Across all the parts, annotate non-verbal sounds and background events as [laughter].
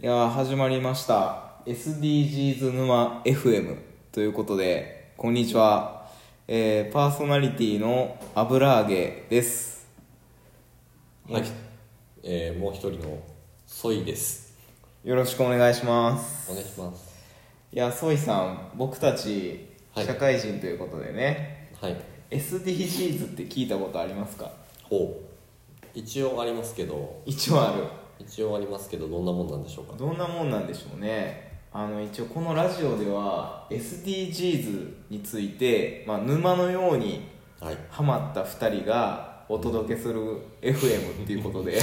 いやー始まりました SDGs 沼 FM ということでこんにちは、えー、パーソナリティの油揚げですはい、えーもう一人のソイですよろしくお願いしますお願いしますいやソイさん僕たちはい社会人ということでね、はい SDGs って聞いたことありますかほう一応ありますけど一応ある一応ありますけどどんなもんなんでしょうかどんなもんなんでしょうねあの一応このラジオでは SDGs について、まあ、沼のようにはいハマった2人がお届けする FM っていうことで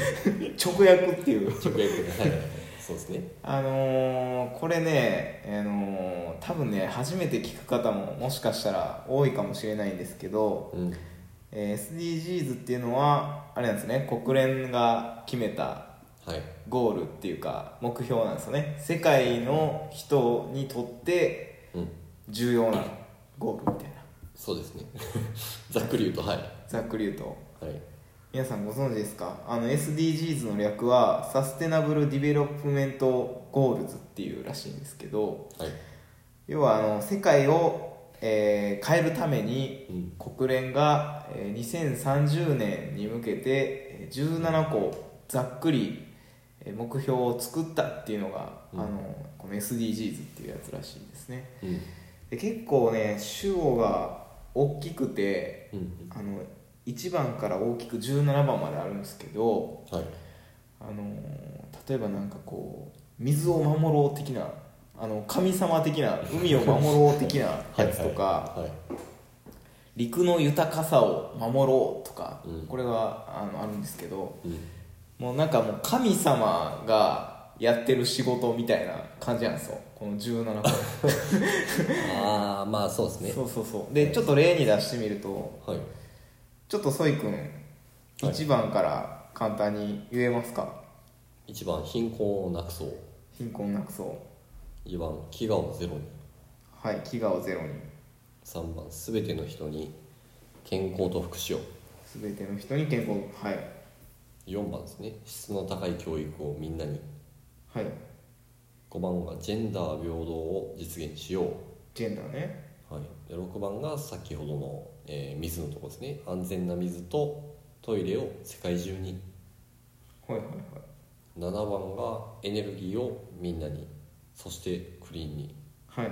[laughs] 直訳っていう直訳ではいそうですねあのーこれね、あのー多分ね初めて聞く方ももしかしたら多いかもしれないんですけど、うんえー SDGs っていうのはあれなんですね国連が決めたはいゴールっていうか目標なんですよね世界の人にとってうん重要なゴールみたいなそうですね [laughs] ざっくり言うとはいざっくり言うとはい皆さんご存知ですかあの SDGs の略はサステナブル・ディベロップメント・ゴールズっていうらしいんですけどはい要はあの世界を、えー変えるためにうん国連が、えー2030年に向けてえー17個ざっくりえー目標を作ったっていうのが、うんあのこの SDGs っていうやつらしいですねうんで結構ね主語が大きくてうんあの1番から大きく17番まであるんですけどはいあの例えばなんかこう水を守ろう的なあの神様的な海を守ろう的なやつとか、はいはい陸の豊かさを守ろうとか、うんこれはあのあるんですけどうんもうなんかもう神様がやってる仕事みたいな感じなんですよこの17個ああまあそうです [laughs] ねそうそうそうでちょっと例に出してみるとはいちょっとソイ君はい1番から簡単に言えますか、一番貧困をなくそう貧困なくそう2番飢餓をゼロにはい飢餓をゼロに3番全ての人に健康と福祉を全ての人に健康はい4番ですね質の高い教育をみんなにはい5番がジェンダー平等を実現しよジェンダーねう、はい、で6番が先ほどの、えー水のとこですね安全な水とトイレを世界中にはいはいはい7番がエネルギーをみんなにそしてクリーンにはい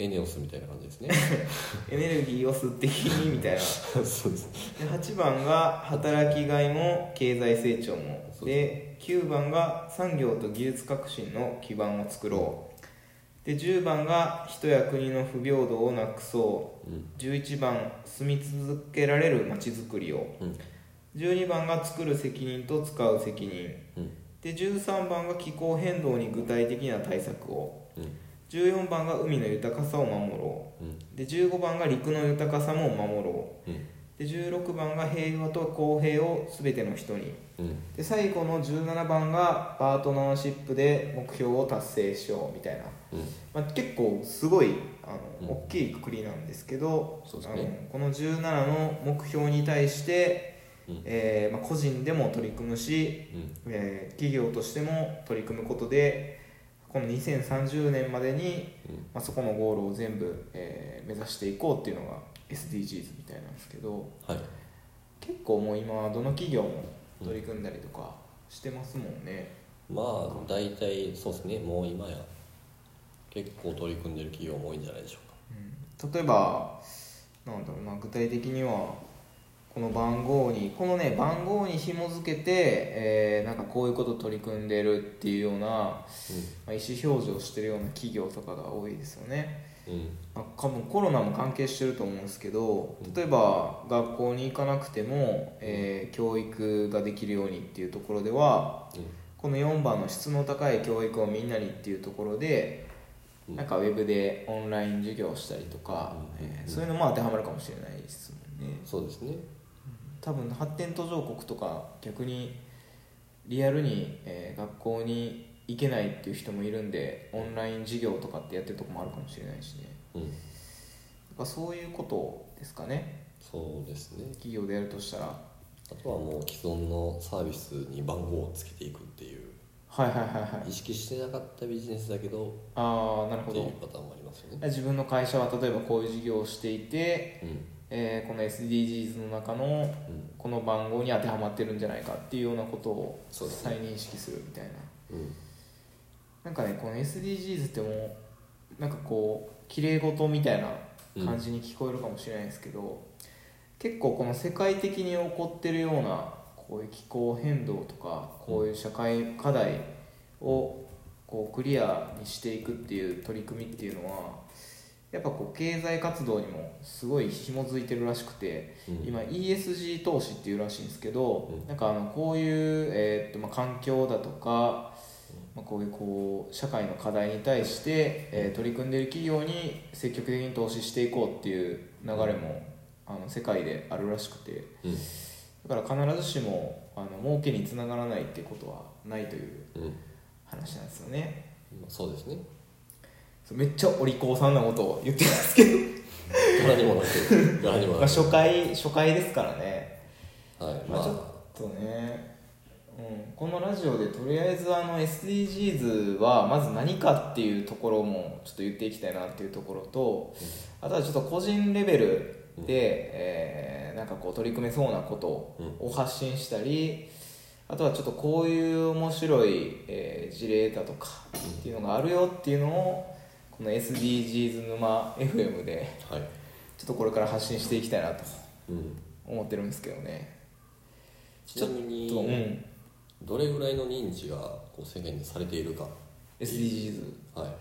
エネオスみたいな感じですねエネルギーを吸っていいみたいなそうですで8番が働きがいも経済成長もそうで9番が産業と技術革新の基盤を作ろうで10番が人や国の不平等をなくそうんう11番住み続けられる街づくりをうん12番が作る責任と使う責任うんで13番が気候変動に具体的な対策をうん14番が海の豊かさを守ろうんうで15番が陸の豊かさも守ろううんで16番が平和と公平を全ての人にうんで最後の17番がパートナーシップで目標を達成しようみたいな、うんまあ、結構すごいあの、うん大きいくくりなんですけどそうですねあのこの17の目標に対して、うんえーまあ、個人でも取り組むし、うんえー企業としても取り組むことでこの2030年までに、うんまあ、そこのゴールを全部、えー目指していこうっていうのが SDGs みたいなんですけど。はい結構もう今はどの企業も取り組んだりとかしてますもんね、まあ大体そうですねもう今や結構取り組んでる企業も多いんじゃないでしょううかん例えばなんだろうな具体的にはこの番号にこのね番号に紐付けて、えーなんかこういうこと取り組んでるっていうような、まあ、意思表示をしてるような企業とかが多いですよね、うんうんまあ、多分コロナも関係してると思うんですけど例えば学校に行かなくても、えー教育ができるようにっていうところではこの4番の質の高い教育をみんなにっていうところでうんなんかウェブでオンライン授業をしたりとか、うんえーうんそういうのも当てはまるかもしれないですもんねそうですね多分発展途上国とか逆にリアルに、えー学校に行けないっていう人もいるんでオンライン授業とかってやってるとこもあるかもしれないしねうんやっぱそういうことですかねそうですね企業でやるとしたらあとはもう既存のサービスに番号をつけていくっていうはいはいはいはい意識してなかったビジネスだけどああなるっほていうどパターンもありますよね、自分の会社は例えばこういう事業をしていて、うんえーこの SDGs の中のうんこの番号に当てはまってるんじゃないかっていうようなことをそうです再ね認識するみたいな、うんなんかねこの SDGs ってもうなんかこう綺麗事みたいな感じに聞こえるかもしれないですけど、結構この世界的に起こってるようなこういう気候変動とかこういう社会課題をこうクリアにしていくっていう取り組みっていうのはやっぱこう経済活動にもすごい紐づいてるらしくて、うん今 ESG 投資っていうらしいんですけど、うんなんかあのこういう、えーっとまあ、環境だとか、まあ、こういうこう社会の課題に対して、えー取り組んでいる企業に積極的に投資していこうっていう流れもあの世界であるらしくてうんだから必ずしもあの儲けにつながらないってことはないといううん話なんですよねまあそうですねそうめっちゃお利口さんなことを言ってますけど、柄にもなってる柄にもまあ、なって初回初回ですからねるはいままあ、ちょっあとね、うん、このラジオでとりあえずあの SDGs はまず何かっていうところもちょっと言っていきたいなっていうところと、あとはちょっと個人レベルで、うんえーなんかこう取り組めそうなことを発信したり、あとはちょっとこういう面白い、えー事例だとかっていうのがあるよっていうのをこの SDGs 沼 FM ではいちょっとこれから発信していきたいなとうん思ってるんですけどね。ちなみにとうんどれぐらいの認知がこう世間でされているか SDGs はい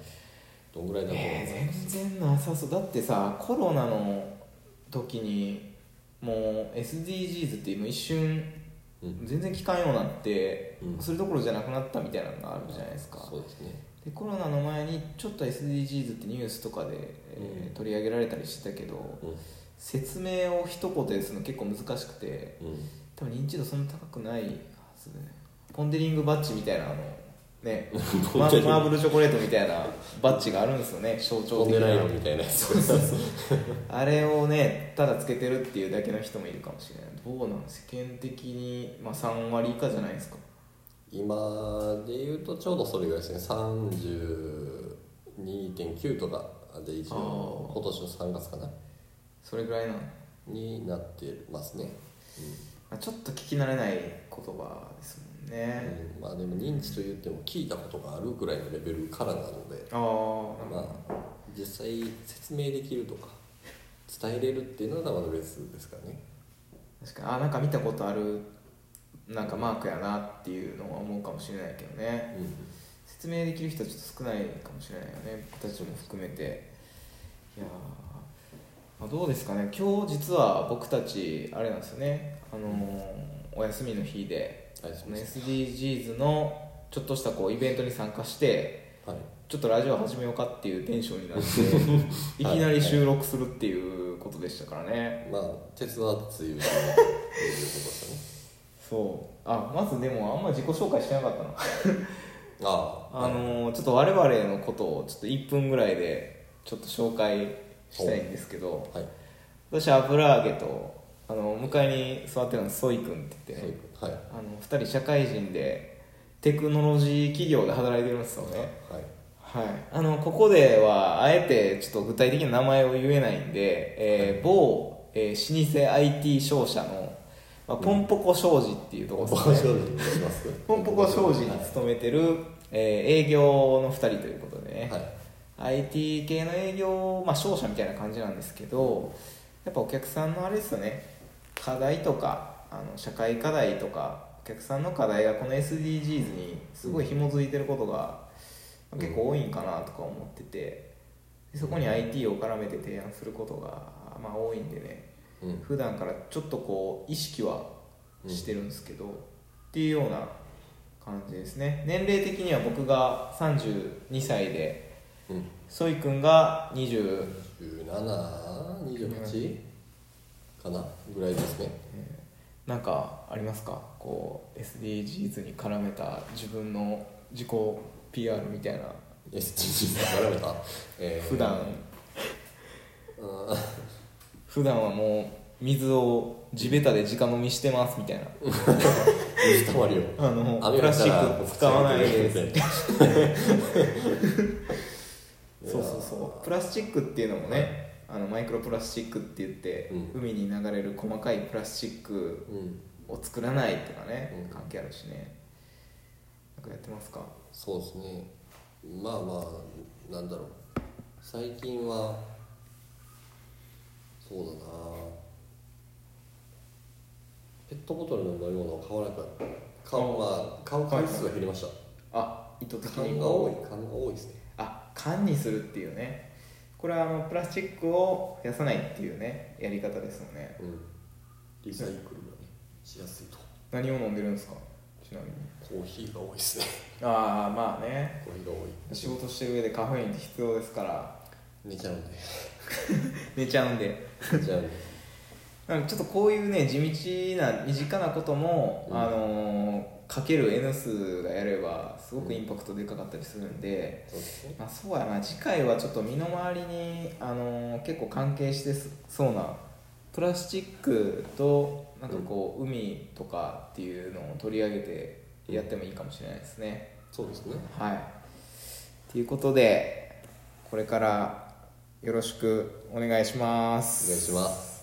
どんぐらいだと思います、えー全然なさそうだってさコロナの時にもう SDGs って今一瞬うん全然聞かんようになって、うんそれどころじゃなくなったみたいなのがあるじゃないですか、そうですねでコロナの前にちょっと SDGs ってニュースとかで、えーうん取り上げられたりしてたけどう説明を一言でするの結構難しくてんうん多分認知度そんな高くないはずだねポンデリングバッジみたいなあのね [laughs] ポマンデリングマーブルチョコレートみたいなバッジがあるんですよね象徴飛ん的でなないのみたいなやつあれをねただつけてるっていうだけの人もいるかもしれないどうなん世間的に、まあ、3割以下じゃないですか [laughs] 今で言うとちょうどそれぐらいですね32.9とかで一応あー今年の3月かなそれぐらいなの、まになってますね、あ、ちょっと聞き慣れない言葉ですもんうんね、うんまあでも認知と言っても聞いたことがあるぐらいのレベルからなのでああ、まあ実際説明できるとか伝えれるっていうのはまだ別ですからね確かにあなんか見たことあるなんかマークやなっていうのは思うかもしれないけどねう説明できる人はちょっと少ないかもしれないよね僕たちも含めていやー、まあ、どうですかね今日実は僕たちあれなんですよねあのーお休みの日でんはいそそうのです SDGs のちょっとしたこうイベントに参加してはいちょっとラジオ始めようかっていうテンションになって [laughs] いきなり収録するっていうことでしたからねまあ鉄は熱いうということですよねそうあまずでもあんま自己紹介してなか [laughs] ったなあああのーちょっと我々のことをちょっと1分ぐらいでちょっと紹介したいんですけどはい私油揚げとあの向かいに座ってるのソイ君って言ってそういねうはいあの2人社会人でテクノロジー企業で働いてるんですよねはいはいあのここではあえてちょっと具体的な名前を言えないんで、えー某、えー老舗 IT 商社の、まあ、ポンポコ商事っていうとこポろンですね、ポコ商事にしますポンポコ商事はにい勤めてる、えー営業の2人ということでね、はい IT 系の営業、まあ、商社みたいな感じなんですけどやっぱお客さんのあれですよね課題とかあの社会課題とかお客さんの課題がこの SDGs にすごい紐づいてることがうん結構多いんかなとか思っててでそこに IT を絡めて提案することが、まあ、多いんでねうん普段からちょっとこう意識はしてるんですけど、っていうような感じですね年齢的には僕が32歳でうんソイ君が20 1728かなぐらいですねえーなんかありますかこう SDGs に絡めた自分の自己 PR みたいな SDGs 絡めた、えー普段うん普段はもう水を地べたで直飲みしてますみたいな水たまりをあの雨プがラ降スっチたらック使わないですみたいな [laughs] そうそうそうプラスチックっていうのもねあのマイクロプラスチックって言って、う海に流れる細かいプラスチックうんを作らないとかね、うん関係あるしねなんかやってますかそうですねまあまあなんだろう最近はそうだなペットボトルの飲み物を買わなくなった買う,、まあ、買う回数が減りました、あ意図的缶にが多い缶が多いですねあ缶にするっていうねこれはあのプラスチックを増やさないっていうねやり方ですよねうんリサイクルがねしやすいと何を飲んでるんですかちなみにコーヒーが多い [laughs] ですねああまあねコーヒーが多い仕事してる上でカフェインって必要ですから寝ちゃうんで [laughs] 寝ちゃうんで寝ちゃうんでなんかちょっとこういうね地道な身近なことも、うんあのーかける N 数がやればすごくインパクトでかかったりするんで、そうですねまあ、そうやな次回はちょっと身の回りに、あのー結構関係してそうなプラスチックとなんかこう、海とかっていうのを取り上げてやってもいいかもしれないですね。そうですねはいということでこれからよろしくお願いします。お願いします